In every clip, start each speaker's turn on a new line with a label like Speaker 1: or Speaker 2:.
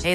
Speaker 1: Hey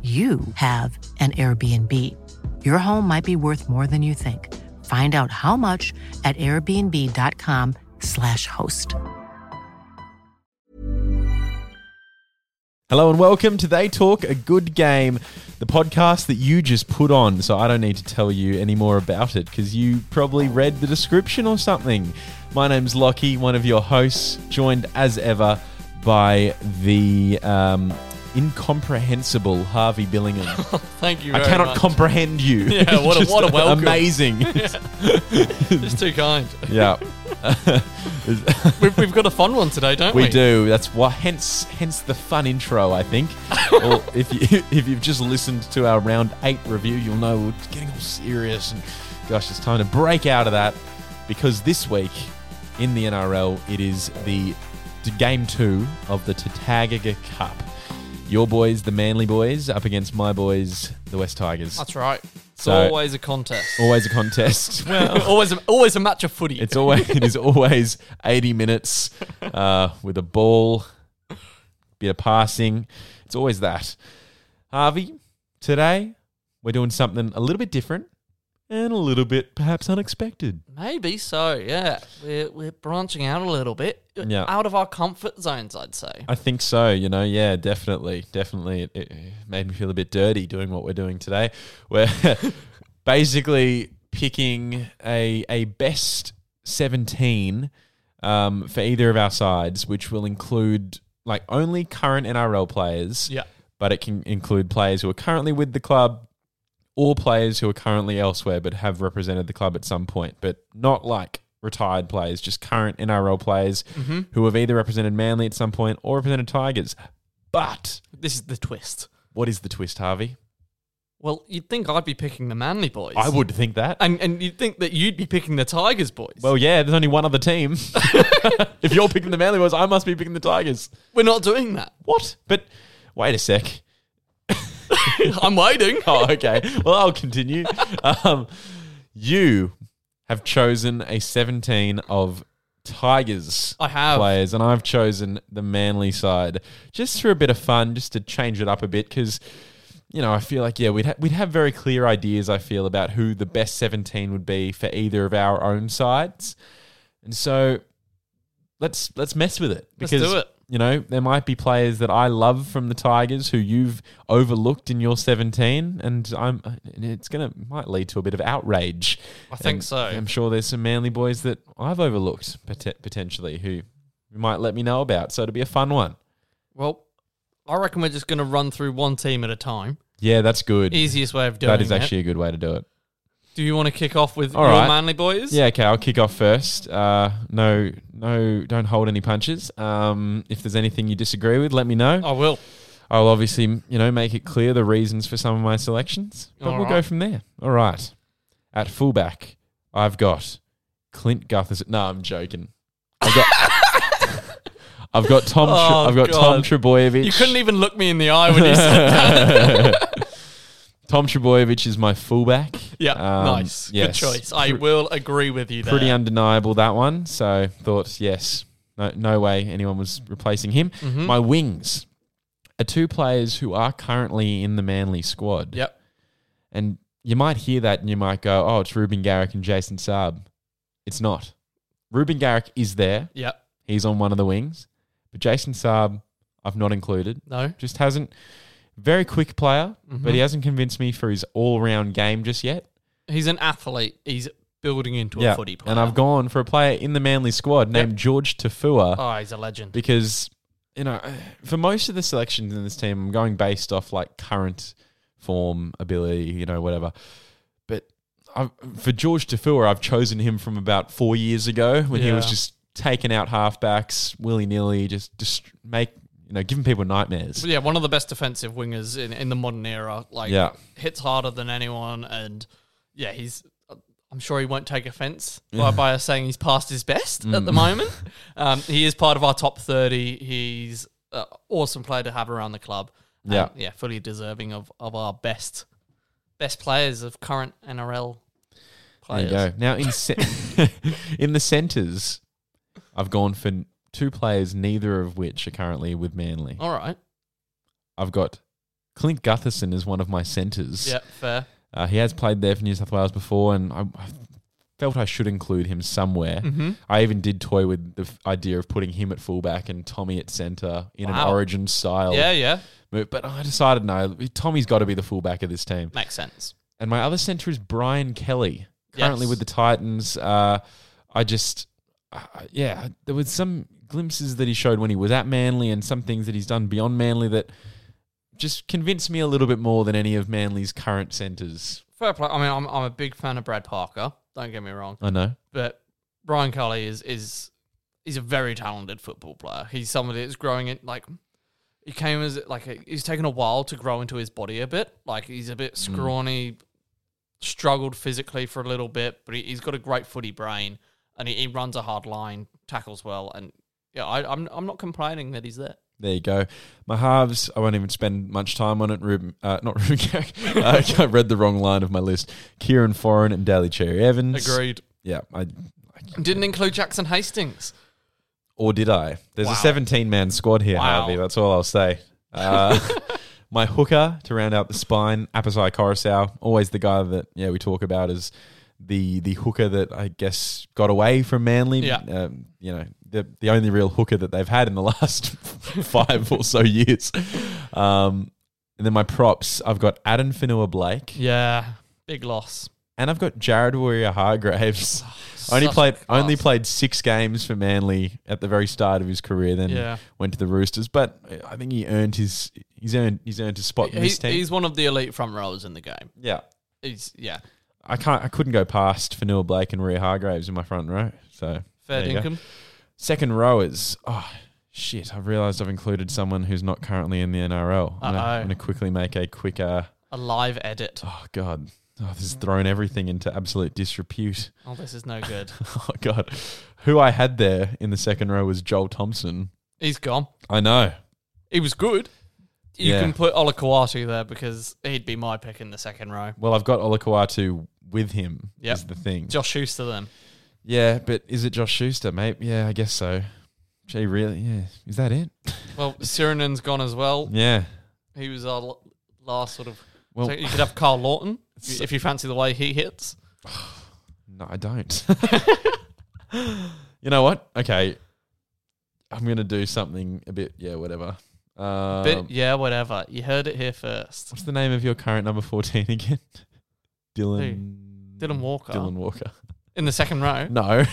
Speaker 1: you have an Airbnb. Your home might be worth more than you think. Find out how much at airbnb.com/slash host.
Speaker 2: Hello and welcome to They Talk a Good Game, the podcast that you just put on. So I don't need to tell you any more about it because you probably read the description or something. My name's Lockie, one of your hosts, joined as ever by the um, incomprehensible Harvey Billingham.
Speaker 3: Thank you.
Speaker 2: I
Speaker 3: very
Speaker 2: cannot
Speaker 3: much.
Speaker 2: comprehend you.
Speaker 3: Yeah, what a-
Speaker 2: Just
Speaker 3: what a welcome.
Speaker 2: Amazing.
Speaker 3: It's too kind.
Speaker 2: yeah.
Speaker 3: We've, we've got a fun one today, don't we?
Speaker 2: We do. That's why. Hence, hence the fun intro. I think. or if you if you've just listened to our round eight review, you'll know we're getting all serious and gosh, it's time to break out of that because this week in the NRL it is the t- game two of the Tatagaga Cup. Your boys, the Manly boys, up against my boys, the West Tigers.
Speaker 3: That's right. It's
Speaker 2: So-
Speaker 3: always a contest.
Speaker 2: Always a contest.
Speaker 3: always, a, always a match of footy.
Speaker 2: It's always it is always eighty minutes uh, with a ball, bit of passing. It's always that. Harvey, today we're doing something a little bit different and a little bit perhaps unexpected.
Speaker 3: Maybe so. Yeah, we're we're branching out a little bit.
Speaker 2: Yeah.
Speaker 3: Out of our comfort zones, I'd say.
Speaker 2: I think so. You know, yeah, definitely, definitely. It, it made me feel a bit dirty doing what we're doing today. We're basically picking a a best seventeen um, for either of our sides, which will include like only current NRL players.
Speaker 3: Yeah.
Speaker 2: but it can include players who are currently with the club. Or players who are currently elsewhere but have represented the club at some point, but not like retired players, just current NRL players who have either represented Manly at some point or represented Tigers. But
Speaker 3: This is the twist.
Speaker 2: what is the twist, Harvey?
Speaker 3: Well, you'd think I'd be picking the Manly boys.
Speaker 2: I would think that.
Speaker 3: And and you'd think that you'd be picking the Tigers boys.
Speaker 2: well, yeah, there's only one other team. if you're picking the Manly Boys, I must be picking the Tigers.
Speaker 3: we're not doing that.
Speaker 2: What? But wait a sec.
Speaker 3: I'm waiting.
Speaker 2: Oh, okay. Well, I'll continue. Um, you have chosen a 17 of Tigers
Speaker 3: I have.
Speaker 2: players, and I've chosen the Manly side just for a bit of fun, just to change it up a bit because. You know, I feel like yeah, we'd ha- we'd have very clear ideas. I feel about who the best seventeen would be for either of our own sides, and so let's let's mess with it
Speaker 3: Let's
Speaker 2: because
Speaker 3: do it.
Speaker 2: you know there might be players that I love from the Tigers who you've overlooked in your seventeen, and I'm and it's gonna might lead to a bit of outrage.
Speaker 3: I think
Speaker 2: And
Speaker 3: so.
Speaker 2: I'm sure there's some manly boys that I've overlooked pot- potentially who you might let me know about. So it'll be a fun one.
Speaker 3: Well, I reckon we're just going to run through one team at a time.
Speaker 2: Yeah, that's good.
Speaker 3: Easiest way of doing
Speaker 2: that is
Speaker 3: it.
Speaker 2: actually a good way to do it.
Speaker 3: Do you want to kick off with
Speaker 2: All
Speaker 3: your
Speaker 2: right.
Speaker 3: Manly boys?
Speaker 2: Yeah, okay, I'll kick off first. Uh, no, no, don't hold any punches. Um, if there's anything you disagree with, let me know.
Speaker 3: I will.
Speaker 2: I'll obviously, you know, make it clear the reasons for some of my selections, but
Speaker 3: All
Speaker 2: we'll go
Speaker 3: right.
Speaker 2: from there. All right. At fullback, I've got Clint Guthers. No, I'm joking. I've got, I've got Tom. Tre-
Speaker 3: Oh,
Speaker 2: I've got Tom
Speaker 3: God.
Speaker 2: Trebojevic.
Speaker 3: You couldn't even look me in the eye when you said
Speaker 2: Tom Trebojevic is my fullback.
Speaker 3: Yeah,
Speaker 2: Um,
Speaker 3: nice.
Speaker 2: yes.
Speaker 3: Good choice. I
Speaker 2: Pre-
Speaker 3: will agree with you there.
Speaker 2: pretty undeniable that one. So thought yes, no, no way anyone was replacing him.
Speaker 3: Mm-hmm.
Speaker 2: My wings are two players who are currently in the Manly squad.
Speaker 3: yep.
Speaker 2: And you might hear that and you might go, oh, it's Ruben Garrick and Jason Saab. It's not. Ruben Garrick is there.
Speaker 3: Yep.
Speaker 2: He's on one of the wings. But Jason Saab, I've not included.
Speaker 3: No.
Speaker 2: Just hasn't. Very quick player,
Speaker 3: Mm-hmm.
Speaker 2: but he hasn't convinced me for his all round game just yet.
Speaker 3: He's an athlete. He's building into a footy player.
Speaker 2: And I've gone for a player in the Manly squad named George Tafua.
Speaker 3: Oh, he's a legend.
Speaker 2: because you know for most of the selections in this team i'm going based off like current form ability you know whatever but I've, for george tafua i've chosen him from about four years ago when he was
Speaker 3: Yeah.
Speaker 2: just taking out halfbacks willy-nilly just just make You know, giving people nightmares.
Speaker 3: But yeah, one of the best defensive wingers in, in the modern era. Like,
Speaker 2: Yeah.
Speaker 3: hits harder than anyone, and yeah, he's. I'm sure he won't take offense by, by us saying he's past his best at the
Speaker 2: Mm.
Speaker 3: moment. Um, he is part of our top 30. He's an awesome player to have around the club. and,
Speaker 2: Yeah.
Speaker 3: yeah, fully deserving of, of our best best players of current
Speaker 2: There you
Speaker 3: NRL players.
Speaker 2: go. Now in ce- in the centres, I've gone for n- two players, neither of which are currently with Manly.
Speaker 3: All right.
Speaker 2: I've got Clint Gutherson as one of my centres.
Speaker 3: Yeah, fair.
Speaker 2: Uh, he has played there for New South Wales before, and I, I felt I should include him somewhere.
Speaker 3: Mm-hmm.
Speaker 2: I even did toy with the f- idea of putting him at fullback and Tommy at centre in
Speaker 3: Wow.
Speaker 2: an Origin style
Speaker 3: Yeah, yeah.
Speaker 2: move, but I decided no, Tommy's got to be the fullback of this team.
Speaker 3: Makes sense.
Speaker 2: And my other centre is Brian Kelly, currently
Speaker 3: Yes.
Speaker 2: with the Titans. Uh, I just, uh, yeah, there was some glimpses that he showed when he was at Manly, and some things that he's done beyond Manly that just convinced me a little bit more than any of Manly's current centres.
Speaker 3: Fair play. I mean, I'm, I'm a big fan of Brad Parker. Don't get me wrong.
Speaker 2: I know.
Speaker 3: but Brian Kelly is is he's a very talented football player. He's somebody that's growing it like he came as like a, he's taken a while to grow into his body a bit. Like he's a
Speaker 2: Mm.
Speaker 3: bit scrawny, struggled physically for a little bit, but he, he's got a great footy brain and he, he runs a hard line, tackles well, and yeah, I, I'm I'm not complaining that he's there.
Speaker 2: There you go. My halves, I won't even spend much time on it. Ruben, uh, not Ruben Garrick. uh, I read the wrong line of my list. Kieran Foran and Daly Cherry Evans.
Speaker 3: Agreed.
Speaker 2: Yeah, I,
Speaker 3: Didn't include Jackson Hastings.
Speaker 2: or did I? There's
Speaker 3: Wow.
Speaker 2: a 17 man squad here,
Speaker 3: Wow.
Speaker 2: Harvey. That's all I'll say. Uh, my hooker to round out the spine, Apasai Coruscant, always the guy that yeah we talk about as the the hooker that I guess got away from Manly.
Speaker 3: Yeah.
Speaker 2: Um, you know the the only real hooker that they've had in the last five or so years. Um, and then my props, I've got Adam Finua Blake,
Speaker 3: Yeah, big loss.
Speaker 2: and I've got Jared Warrior Hargraves. Only
Speaker 3: Such a
Speaker 2: played
Speaker 3: class.
Speaker 2: only played six games for Manly at the very start of his career. Then
Speaker 3: Yeah.
Speaker 2: went to the Roosters, but I think he earned his he's earned he's earned his spot in
Speaker 3: He-
Speaker 2: this team.
Speaker 3: he's one of the elite front rowers in the game.
Speaker 2: yeah,
Speaker 3: He's yeah,
Speaker 2: I can't I couldn't go past Fanua Blake and Rhea Hargraves in my front row. So
Speaker 3: fair
Speaker 2: there you go.
Speaker 3: dinkum.
Speaker 2: Second rowers. Oh shit! I've realised I've included someone who's not currently in the NRL. I'm gonna-
Speaker 3: Uh-oh.
Speaker 2: I'm going to quickly make a quick. Uh,
Speaker 3: A live edit.
Speaker 2: oh god. Oh, this has thrown everything into absolute disrepute.
Speaker 3: Oh, this is no good.
Speaker 2: Oh god, who I had there in the second row was Joel Thompson.
Speaker 3: He's gone.
Speaker 2: I know.
Speaker 3: He was good. You
Speaker 2: Yeah.
Speaker 3: can put Ola Kawatu there because he'd be my pick in the second row.
Speaker 2: Well, I've got Olakuatu with him.
Speaker 3: Yep.
Speaker 2: Is the thing.
Speaker 3: Josh Schuster then.
Speaker 2: yeah, but is it Josh Schuster, mate? Yeah, I guess so. Gee, really? Yeah. Is that it?
Speaker 3: Well, Sirenen's gone as well.
Speaker 2: Yeah.
Speaker 3: He was our l- last sort of.
Speaker 2: Well-
Speaker 3: so you could have Carl Lawton if you fancy the way he hits.
Speaker 2: No, I don't. you know what? Okay. I'm gonna do something a bit. Yeah, whatever. Um,
Speaker 3: But yeah, whatever. You heard it here first.
Speaker 2: What's the name of your current number fourteen again? Dylan.
Speaker 3: Dylan Walker.
Speaker 2: Mm, Dylan Oh, Walker.
Speaker 3: In the second row.
Speaker 2: No.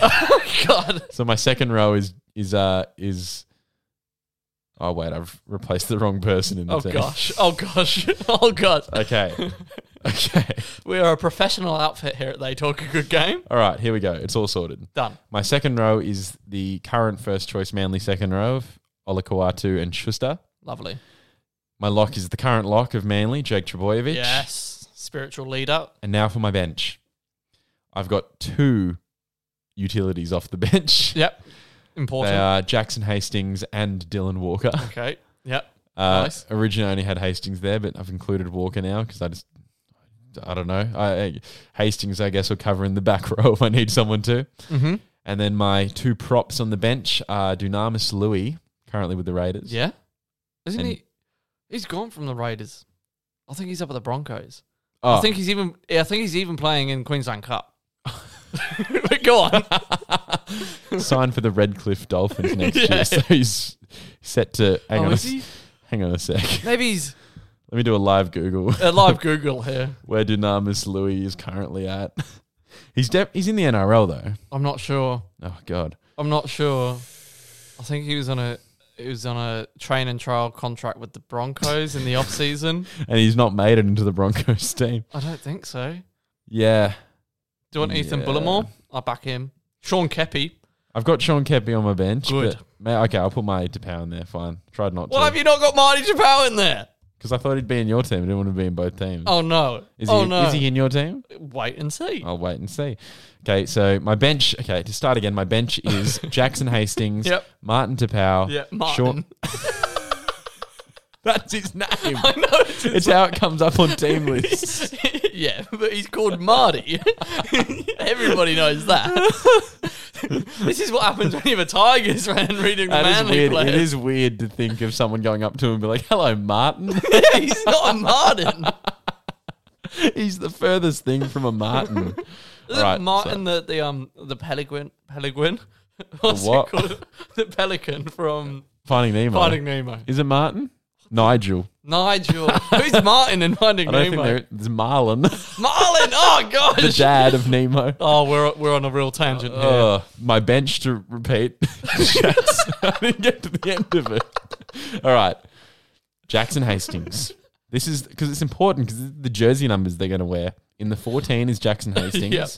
Speaker 3: God.
Speaker 2: So my second row is is uh is. Oh wait, I've replaced the wrong person in the
Speaker 3: Oh
Speaker 2: team.
Speaker 3: gosh. Oh gosh. Oh god.
Speaker 2: Okay. okay.
Speaker 3: We are a professional outfit here at They Talk a Good Game.
Speaker 2: All right. Here we go. It's all sorted.
Speaker 3: Done.
Speaker 2: My second row is the current first choice Manly second row of Olakawatu and Schuster.
Speaker 3: Lovely.
Speaker 2: My lock is the current lock of Manly, Jake Trebojevic.
Speaker 3: Yes. Spiritual leader.
Speaker 2: And now for my bench. I've got two utilities off the bench.
Speaker 3: Yep.
Speaker 2: They
Speaker 3: Important.
Speaker 2: are Jackson Hastings and Dylan Walker.
Speaker 3: Okay. Yep.
Speaker 2: Uh,
Speaker 3: Nice.
Speaker 2: Originally, I only had Hastings there, but I've included Walker now because I just, I don't know. I, I- Hastings, I guess, will cover in the back row if I need someone to.
Speaker 3: Mm-hmm.
Speaker 2: And then my two props on the bench are Dunamis Louis, currently with the Raiders.
Speaker 3: Yeah. Isn't
Speaker 2: And-
Speaker 3: he? He's gone from the Raiders. I think he's up at the Broncos.
Speaker 2: Oh,
Speaker 3: I think he's even. I think he's even playing in Queensland Cup. but go on.
Speaker 2: signed for the Redcliffe Dolphins next
Speaker 3: Yeah.
Speaker 2: year, so he's set to. Hang
Speaker 3: Oh,
Speaker 2: on, a,
Speaker 3: is
Speaker 2: s-
Speaker 3: he?
Speaker 2: hang on a sec.
Speaker 3: Maybe he's
Speaker 2: Let me do a live Google
Speaker 3: a live Google here.
Speaker 2: where Dunamis Louis is currently at. He's def- he's in the NRL though.
Speaker 3: I'm not sure.
Speaker 2: Oh God.
Speaker 3: I'm not sure. I think he was on a. He was on a train and trial contract with the Broncos in the off season.
Speaker 2: And he's not made it into the Broncos team.
Speaker 3: I don't think so.
Speaker 2: Yeah.
Speaker 3: Do you want Ethan
Speaker 2: Yeah.
Speaker 3: Bullimore? I'll back him. Sean Kepi.
Speaker 2: I've got Sean Kepi on my bench.
Speaker 3: Good.
Speaker 2: but- ma- okay, I'll put my Tapau in there. Fine. Tried not
Speaker 3: Well, have
Speaker 2: to.
Speaker 3: you not got Marty Chappelle in there?
Speaker 2: Because I thought he'd be in your team. I didn't want to be in both teams.
Speaker 3: Oh no!
Speaker 2: Is he,
Speaker 3: oh no!
Speaker 2: Is he Oh. in your team?
Speaker 3: Wait and see.
Speaker 2: I'll wait and see. Okay, so my bench. Okay, to start again, my bench is Jackson Hastings,
Speaker 3: Yep.
Speaker 2: Martin Tapau,
Speaker 3: yeah,
Speaker 2: Sean.
Speaker 3: Martin.
Speaker 2: That's his name.
Speaker 3: I know. It's
Speaker 2: It's how it comes up on team lists.
Speaker 3: yeah, but he's called Marty. Everybody knows that. this is what happens when you have a Tigers fan reading the
Speaker 2: That is
Speaker 3: Manly
Speaker 2: weird. It
Speaker 3: players.
Speaker 2: is weird to think of someone going up to him and be like, "Hello, Martin."
Speaker 3: he's not a Martin.
Speaker 2: He's the furthest thing from a Martin.
Speaker 3: Isn't
Speaker 2: Right,
Speaker 3: Martin the, the um the pelican pelican? What's
Speaker 2: what?
Speaker 3: it called? The pelican from
Speaker 2: Finding Nemo.
Speaker 3: Finding Nemo.
Speaker 2: Is it Martin? Nigel.
Speaker 3: Nigel. Who's Martin in Finding
Speaker 2: I don't
Speaker 3: Nemo?
Speaker 2: think there. There's Marlon,
Speaker 3: Marlin. Oh
Speaker 2: the
Speaker 3: gosh.
Speaker 2: dad of Nemo.
Speaker 3: Oh, we're we're on a real tangent here.
Speaker 2: Ugh, my bench to repeat. Jackson. I didn't get to the end of it. All right, Jackson Hastings. This is because it's important because the jersey numbers they're going to wear. In the 14 is Jackson Hastings.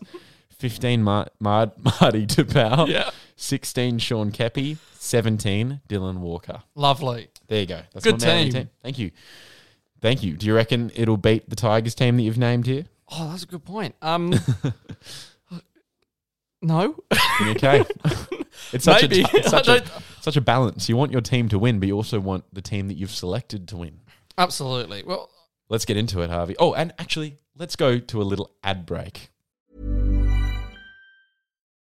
Speaker 2: 15 Mar- Mar- Marty DePau.
Speaker 3: Yeah.
Speaker 2: 16 Sean Kepi. 17 Dylan Walker.
Speaker 3: Lovely.
Speaker 2: There you go. That's
Speaker 3: Good
Speaker 2: my Man U
Speaker 3: team.
Speaker 2: Thank you. Thank you. Do you reckon it'll beat the Tigers team that you've named here?
Speaker 3: Oh, that's a good point. Um, no,
Speaker 2: Okay. it's such,
Speaker 3: Maybe.
Speaker 2: A, it's such,
Speaker 3: I
Speaker 2: a,
Speaker 3: don't-
Speaker 2: such a balance. You want your team to win, but you also want the team that you've selected to win.
Speaker 3: absolutely. Well,
Speaker 2: Let's get into it, Harvey. Oh, and actually, let's go to a little ad break.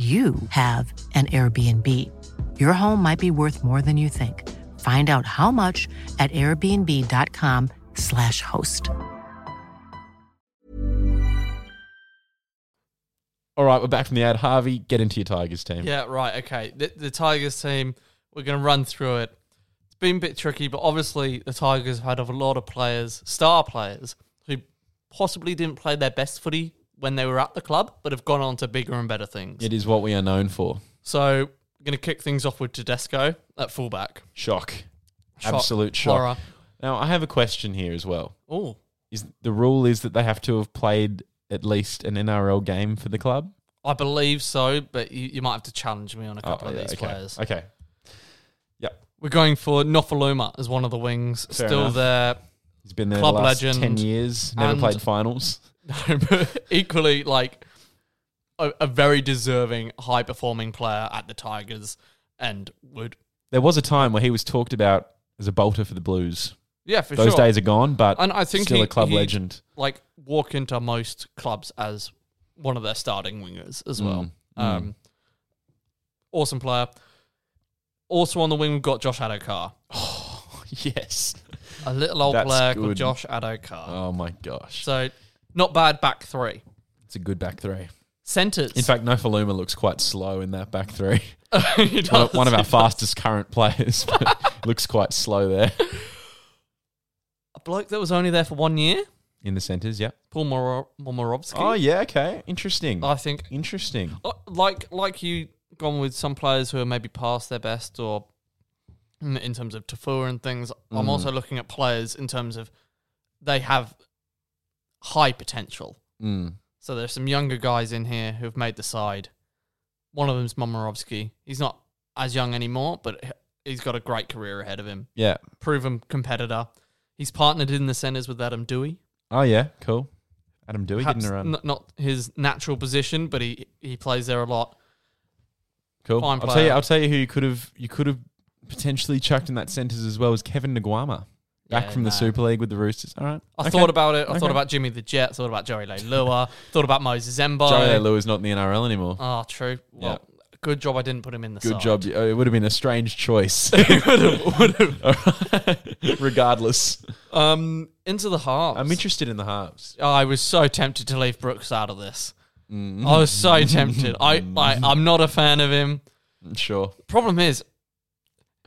Speaker 1: you have an Airbnb. Your home might be worth more than you think. Find out how much at airbnb.com/slash host.
Speaker 2: All right, we're back from the ad. Harvey, get into your Tigers team.
Speaker 3: yeah, right. Okay, the, the Tigers team. We're going to run through it. It's been a bit tricky, but obviously the Tigers have had a lot of players, star players, who possibly didn't play their best footy when they were at the club, but have gone on to bigger and better things.
Speaker 2: It is what we are known for.
Speaker 3: So, going to kick things off with Tedesco at fullback.
Speaker 2: Shock.
Speaker 3: Shock,
Speaker 2: Absolute shock.
Speaker 3: horror.
Speaker 2: Now, I have a question here as well.
Speaker 3: Oh,
Speaker 2: Is the rule is that they have to have played at least an NRL game for the club?
Speaker 3: I believe so, but you, you might have to challenge me on a couple of
Speaker 2: Oh, yeah,
Speaker 3: these
Speaker 2: okay.
Speaker 3: players.
Speaker 2: Okay. Yep.
Speaker 3: We're going for Nofaluma as one of the wings.
Speaker 2: Fair
Speaker 3: Still
Speaker 2: enough.
Speaker 3: there.
Speaker 2: He's been there
Speaker 3: Club
Speaker 2: the last
Speaker 3: legend.
Speaker 2: 10 years, never
Speaker 3: And-
Speaker 2: played finals.
Speaker 3: No, but equally, like, a, a very deserving, high performing player at the Tigers and would.
Speaker 2: There was a time where he was talked about as a bolter for the Blues.
Speaker 3: Yeah, for
Speaker 2: Those
Speaker 3: sure.
Speaker 2: days are gone, but
Speaker 3: And I think
Speaker 2: still
Speaker 3: he-
Speaker 2: a club
Speaker 3: he-
Speaker 2: legend.
Speaker 3: like, walk into most clubs as one of their starting wingers as well.
Speaker 2: Mm,
Speaker 3: Um, Awesome player. Also on the wing, we've got Josh Adokar.
Speaker 2: Yes.
Speaker 3: A little old
Speaker 2: That's
Speaker 3: player
Speaker 2: good.
Speaker 3: called Josh Adokar.
Speaker 2: Oh my gosh.
Speaker 3: So, not bad back three.
Speaker 2: it's a good back three.
Speaker 3: Centers.
Speaker 2: In fact, Nofaluma looks quite slow in that back three.
Speaker 3: He
Speaker 2: One,
Speaker 3: does.
Speaker 2: one of our fastest current players, but looks quite slow there.
Speaker 3: a bloke that was only there for one year,
Speaker 2: In the centres, yeah.
Speaker 3: Paul Mor- Momorovsky.
Speaker 2: Oh, yeah, okay. Interesting.
Speaker 3: I think
Speaker 2: Interesting.
Speaker 3: uh, like like you gone with some players who are maybe past their best or in, in terms of Tafua and things. I'm also looking at players in terms of they have high potential.
Speaker 2: Mm.
Speaker 3: So there's some younger guys in here who've made the side. One of them's Momorovsky. He's not as young anymore, but he- he's got a great career ahead of him.
Speaker 2: Yeah.
Speaker 3: Proven competitor. He's partnered in the centres with Adam Dewey.
Speaker 2: Oh, yeah. Cool. Adam Dewey
Speaker 3: perhaps
Speaker 2: getting around.
Speaker 3: n- not his natural position, but he he plays there a lot.
Speaker 2: Cool.
Speaker 3: Fine
Speaker 2: I'll tell
Speaker 3: player.
Speaker 2: you. I'll tell you who you could have. You could have potentially chucked in that centres as well as Kevin Naguama, back
Speaker 3: Yeah,
Speaker 2: from the
Speaker 3: nah.
Speaker 2: Super League with the Roosters. All right.
Speaker 3: I
Speaker 2: Okay.
Speaker 3: thought about it. I
Speaker 2: Okay.
Speaker 3: thought about Jimmy the Jet. Thought about Joey Leilua. thought about Moses Zembo.
Speaker 2: Joey Leilua is not in the NRL anymore.
Speaker 3: Oh, true. Well, good job I didn't put him in the
Speaker 2: Good
Speaker 3: side.
Speaker 2: job. you- oh, It would have been a strange choice. would have. Regardless,
Speaker 3: Um, into the halves.
Speaker 2: I'm interested in the halves.
Speaker 3: I was so tempted to leave Brooks out of this.
Speaker 2: Mm.
Speaker 3: I was so tempted. I like. I'm not a fan of him.
Speaker 2: Sure.
Speaker 3: Problem is,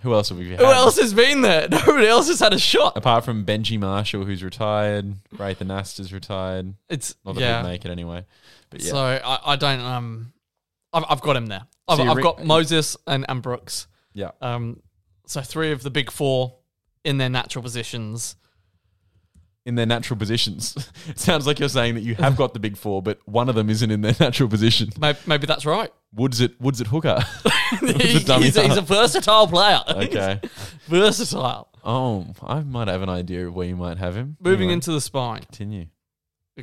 Speaker 2: Who else have we had?
Speaker 3: who else has been there? Nobody else has had a shot.
Speaker 2: Apart from Benji Marshall, who's retired, Braithen Astor's retired.
Speaker 3: It's
Speaker 2: Not that
Speaker 3: yeah.
Speaker 2: he'd make it anyway. But yeah,
Speaker 3: So I, I don't um, I've, I've got him there. I've,
Speaker 2: So you
Speaker 3: I've
Speaker 2: re-
Speaker 3: got Moses and, and Brooks.
Speaker 2: yeah.
Speaker 3: Um, so three of the big four in their natural positions.
Speaker 2: in their natural positions. it sounds like you're saying that you have got the big four, but one of them isn't in their natural position.
Speaker 3: Maybe, maybe that's right.
Speaker 2: Woods at Woods at hooker.
Speaker 3: he's, he's a, he's a versatile player.
Speaker 2: okay.
Speaker 3: versatile.
Speaker 2: Oh, I might have an idea of where you might have him.
Speaker 3: Moving
Speaker 2: Anyway,
Speaker 3: into the spine,
Speaker 2: continue.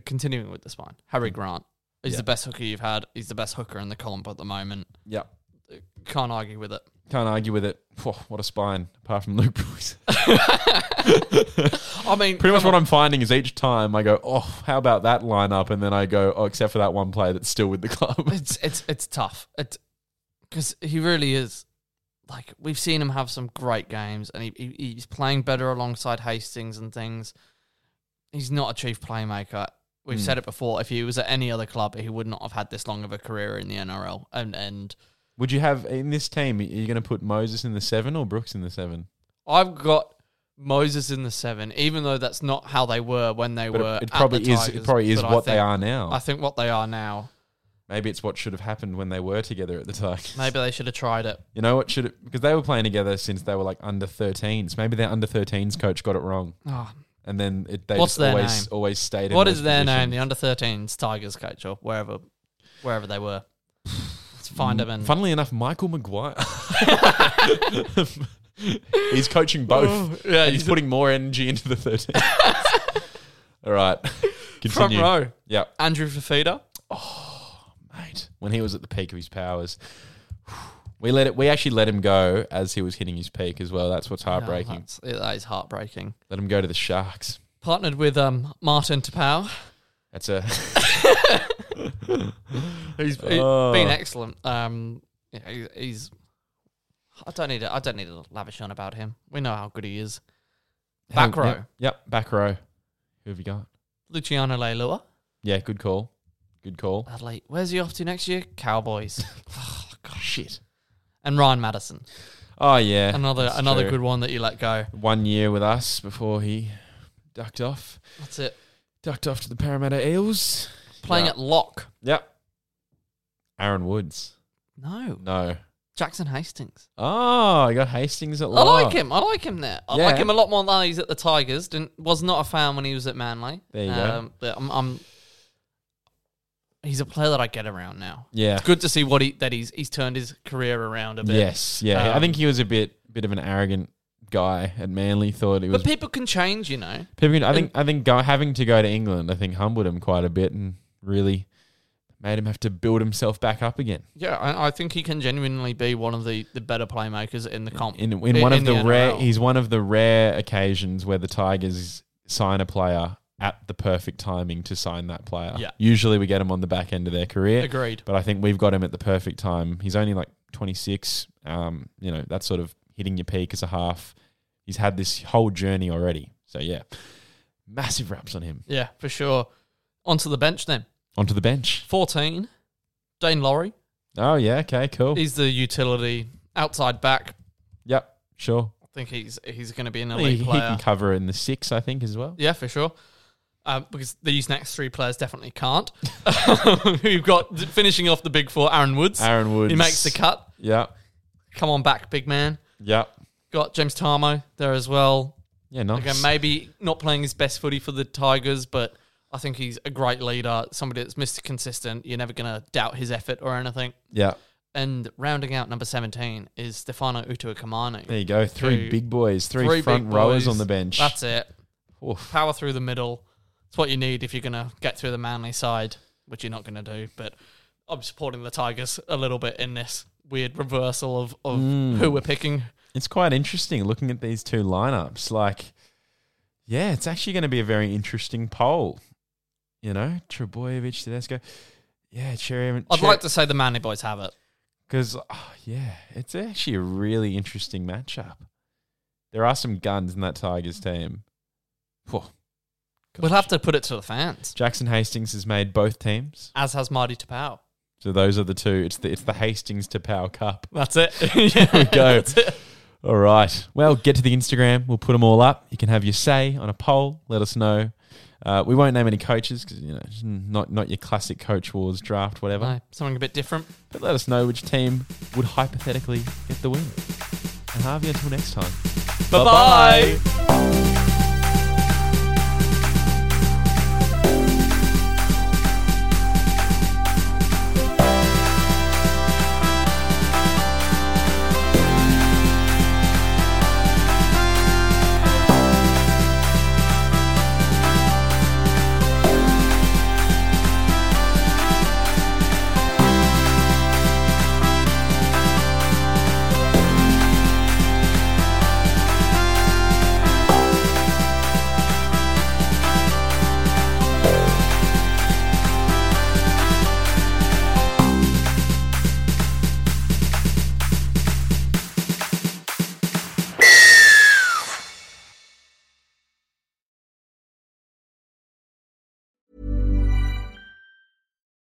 Speaker 3: continuing with the spine. Harry Grant.
Speaker 2: Mm.
Speaker 3: He's
Speaker 2: Yeah.
Speaker 3: the best hooker you've had. He's the best hooker in the comp at the moment.
Speaker 2: Yeah,
Speaker 3: Can't argue with it.
Speaker 2: can't argue with it. Phew, what a spine. Apart from Luke Brooks,
Speaker 3: I mean,
Speaker 2: pretty much what I'm finding is each time I go, oh, how about that lineup, and then I go, oh, except for that one player that's still with the club.
Speaker 3: it's it's it's tough. It because he really is like we've seen him have some great games, and he, he he's playing better alongside Hastings and things. He's not a chief
Speaker 2: Mm.
Speaker 3: playmaker. We've said it before. If he was at any other club, he would not have had this long of a career in the NRL. And and
Speaker 2: Would you have in this team? Are you going to put Moses in the seven or Brooks in the seven?
Speaker 3: I've got Moses in the seven, even though that's not how they were when they
Speaker 2: But
Speaker 3: were.
Speaker 2: it, it
Speaker 3: at the
Speaker 2: probably is.
Speaker 3: Tigers,
Speaker 2: it probably is
Speaker 3: but
Speaker 2: what
Speaker 3: I
Speaker 2: they
Speaker 3: think-
Speaker 2: are now.
Speaker 3: I think what they are now.
Speaker 2: Maybe it's what should have happened when they were together at the Tigers.
Speaker 3: Maybe they should have tried it.
Speaker 2: You know what should have, because they were playing together since they were like under 13s. Maybe their under 13s coach got it wrong.
Speaker 3: Oh,
Speaker 2: And then it, they
Speaker 3: What's
Speaker 2: just
Speaker 3: their
Speaker 2: always,
Speaker 3: name?
Speaker 2: always stayed in
Speaker 3: What
Speaker 2: those
Speaker 3: is their name?
Speaker 2: positions.
Speaker 3: The under 13s Tigers coach or wherever, wherever they were. Let's find them and
Speaker 2: Funnily enough, Michael Maguire. he's coaching both.
Speaker 3: yeah,
Speaker 2: and he's,
Speaker 3: he's-
Speaker 2: putting more energy into the 13s. All right. Continue.
Speaker 3: front row.
Speaker 2: Yeah.
Speaker 3: Andrew Fafita.
Speaker 2: Mate, when he was at the peak of his powers. We let it. We actually let him go as he was hitting his peak as well. That's what's heartbreaking.
Speaker 3: Oh, that's, yeah, that is heartbreaking.
Speaker 2: Let him go to the Sharks.
Speaker 3: Partnered with um, Martin Tapau,
Speaker 2: That's a
Speaker 3: who's be-
Speaker 2: Oh.
Speaker 3: been excellent. Um, yeah, he- he's. I don't need to. I don't need to lavish on about him. We know how good he is. Back row.
Speaker 2: Yep, yep, back row. Who have you got?
Speaker 3: Luciano Leilua.
Speaker 2: Yeah, good call. Good call.
Speaker 3: Adelaide. Where's he off to next year? Cowboys. oh, gosh.
Speaker 2: Shit.
Speaker 3: And Ryan Madison.
Speaker 2: Oh yeah,
Speaker 3: Another
Speaker 2: that's
Speaker 3: another
Speaker 2: true.
Speaker 3: good one that you let go.
Speaker 2: One year with us before he ducked off,
Speaker 3: That's it.
Speaker 2: ducked off to the Parramatta Eels.
Speaker 3: Playing
Speaker 2: Yeah.
Speaker 3: at lock.
Speaker 2: Yep. Aaron Woods.
Speaker 3: No.
Speaker 2: No.
Speaker 3: Jackson Hastings.
Speaker 2: Oh, I got Hastings at.
Speaker 3: I like
Speaker 2: lock.
Speaker 3: him. I like him there. I
Speaker 2: Yeah.
Speaker 3: like him a lot more than he's at the Tigers. Didn't was not a fan when he was at Manly.
Speaker 2: There you go.
Speaker 3: um, But I'm, I'm he's a player that I get around now.
Speaker 2: Yeah.
Speaker 3: It's good to see what he that he's he's turned his career around a bit.
Speaker 2: Yes. Yeah. I
Speaker 3: Um,
Speaker 2: think he was a bit bit of an arrogant guy at Manly. Thought he was.
Speaker 3: But people can change, you know.
Speaker 2: People, I think I think go, having to go to England, I think humbled him quite a bit and really made him have to build himself back up again.
Speaker 3: Yeah, I, I think he can genuinely be one of the, the better playmakers in the comp.
Speaker 2: In in one of the, rare,
Speaker 3: NRL.
Speaker 2: he's one of the rare occasions where the Tigers sign a player at the perfect timing to sign that player.
Speaker 3: Yeah.
Speaker 2: Usually we get him on the back end of their career.
Speaker 3: Agreed.
Speaker 2: But I think we've got him at the perfect time. He's only like 26. Um, you know, that's sort of hitting your peak as a half. He's had this whole journey already. So yeah. Massive raps on him.
Speaker 3: Yeah, for sure. Onto the bench then.
Speaker 2: Onto the bench.
Speaker 3: 14, Dane Laurie.
Speaker 2: Oh yeah, okay, cool.
Speaker 3: He's the utility outside back.
Speaker 2: Yep, sure.
Speaker 3: I think he's he's going to be an
Speaker 2: He,
Speaker 3: elite
Speaker 2: he
Speaker 3: player.
Speaker 2: can cover in the six, I think, as well.
Speaker 3: Yeah, for sure. Um, because these next three players definitely can't. We've got finishing off the big four, Aaron Woods.
Speaker 2: Aaron Woods.
Speaker 3: He makes the cut.
Speaker 2: Yep,
Speaker 3: Come on back, big man.
Speaker 2: yep.
Speaker 3: Got James Tarmo there as well.
Speaker 2: Yeah, nice.
Speaker 3: Again, maybe not playing his best footy for the Tigers, but I think he's a great leader, somebody that's Mr. Consistent. You're never going to doubt his effort or anything.
Speaker 2: yeah,
Speaker 3: And rounding out number 17 is Stefano Utuakamanu.
Speaker 2: there you go. Three
Speaker 3: Two-
Speaker 2: big boys, three,
Speaker 3: Three
Speaker 2: front
Speaker 3: big
Speaker 2: rowers
Speaker 3: boys.
Speaker 2: on the bench.
Speaker 3: That's it.
Speaker 2: Oof.
Speaker 3: Power through the middle. It's what you need if you're going to get through the manly side, which you're not going to do. But I'm supporting the Tigers a little bit in this. weird reversal of, of
Speaker 2: Mm.
Speaker 3: who we're picking.
Speaker 2: It's quite interesting looking at these two lineups. Like, yeah, it's actually going to be a very interesting poll. You know, Trebojevic, Tedesco. Yeah, Cherry.
Speaker 3: I'd like to say the Manly boys have it.
Speaker 2: Because, oh, yeah, it's actually a really interesting matchup. There are some guns in that Tigers team. Phew.
Speaker 3: We'll have to put it to the fans,
Speaker 2: Jackson Hastings has made both teams.
Speaker 3: as has Marty Tapau.
Speaker 2: So those are the two. It's the, it's the Hastings to Power Cup.
Speaker 3: That's it. There
Speaker 2: we go. All right. Well, get to the Instagram. We'll put them all up. You can have your say on a poll. Let us know. Uh, we won't name any coaches because you know it's not not your classic coach wars draft, whatever.
Speaker 3: something a bit different.
Speaker 2: But let us know which team would hypothetically get the win. And Harvey, until next time.
Speaker 3: Bye bye.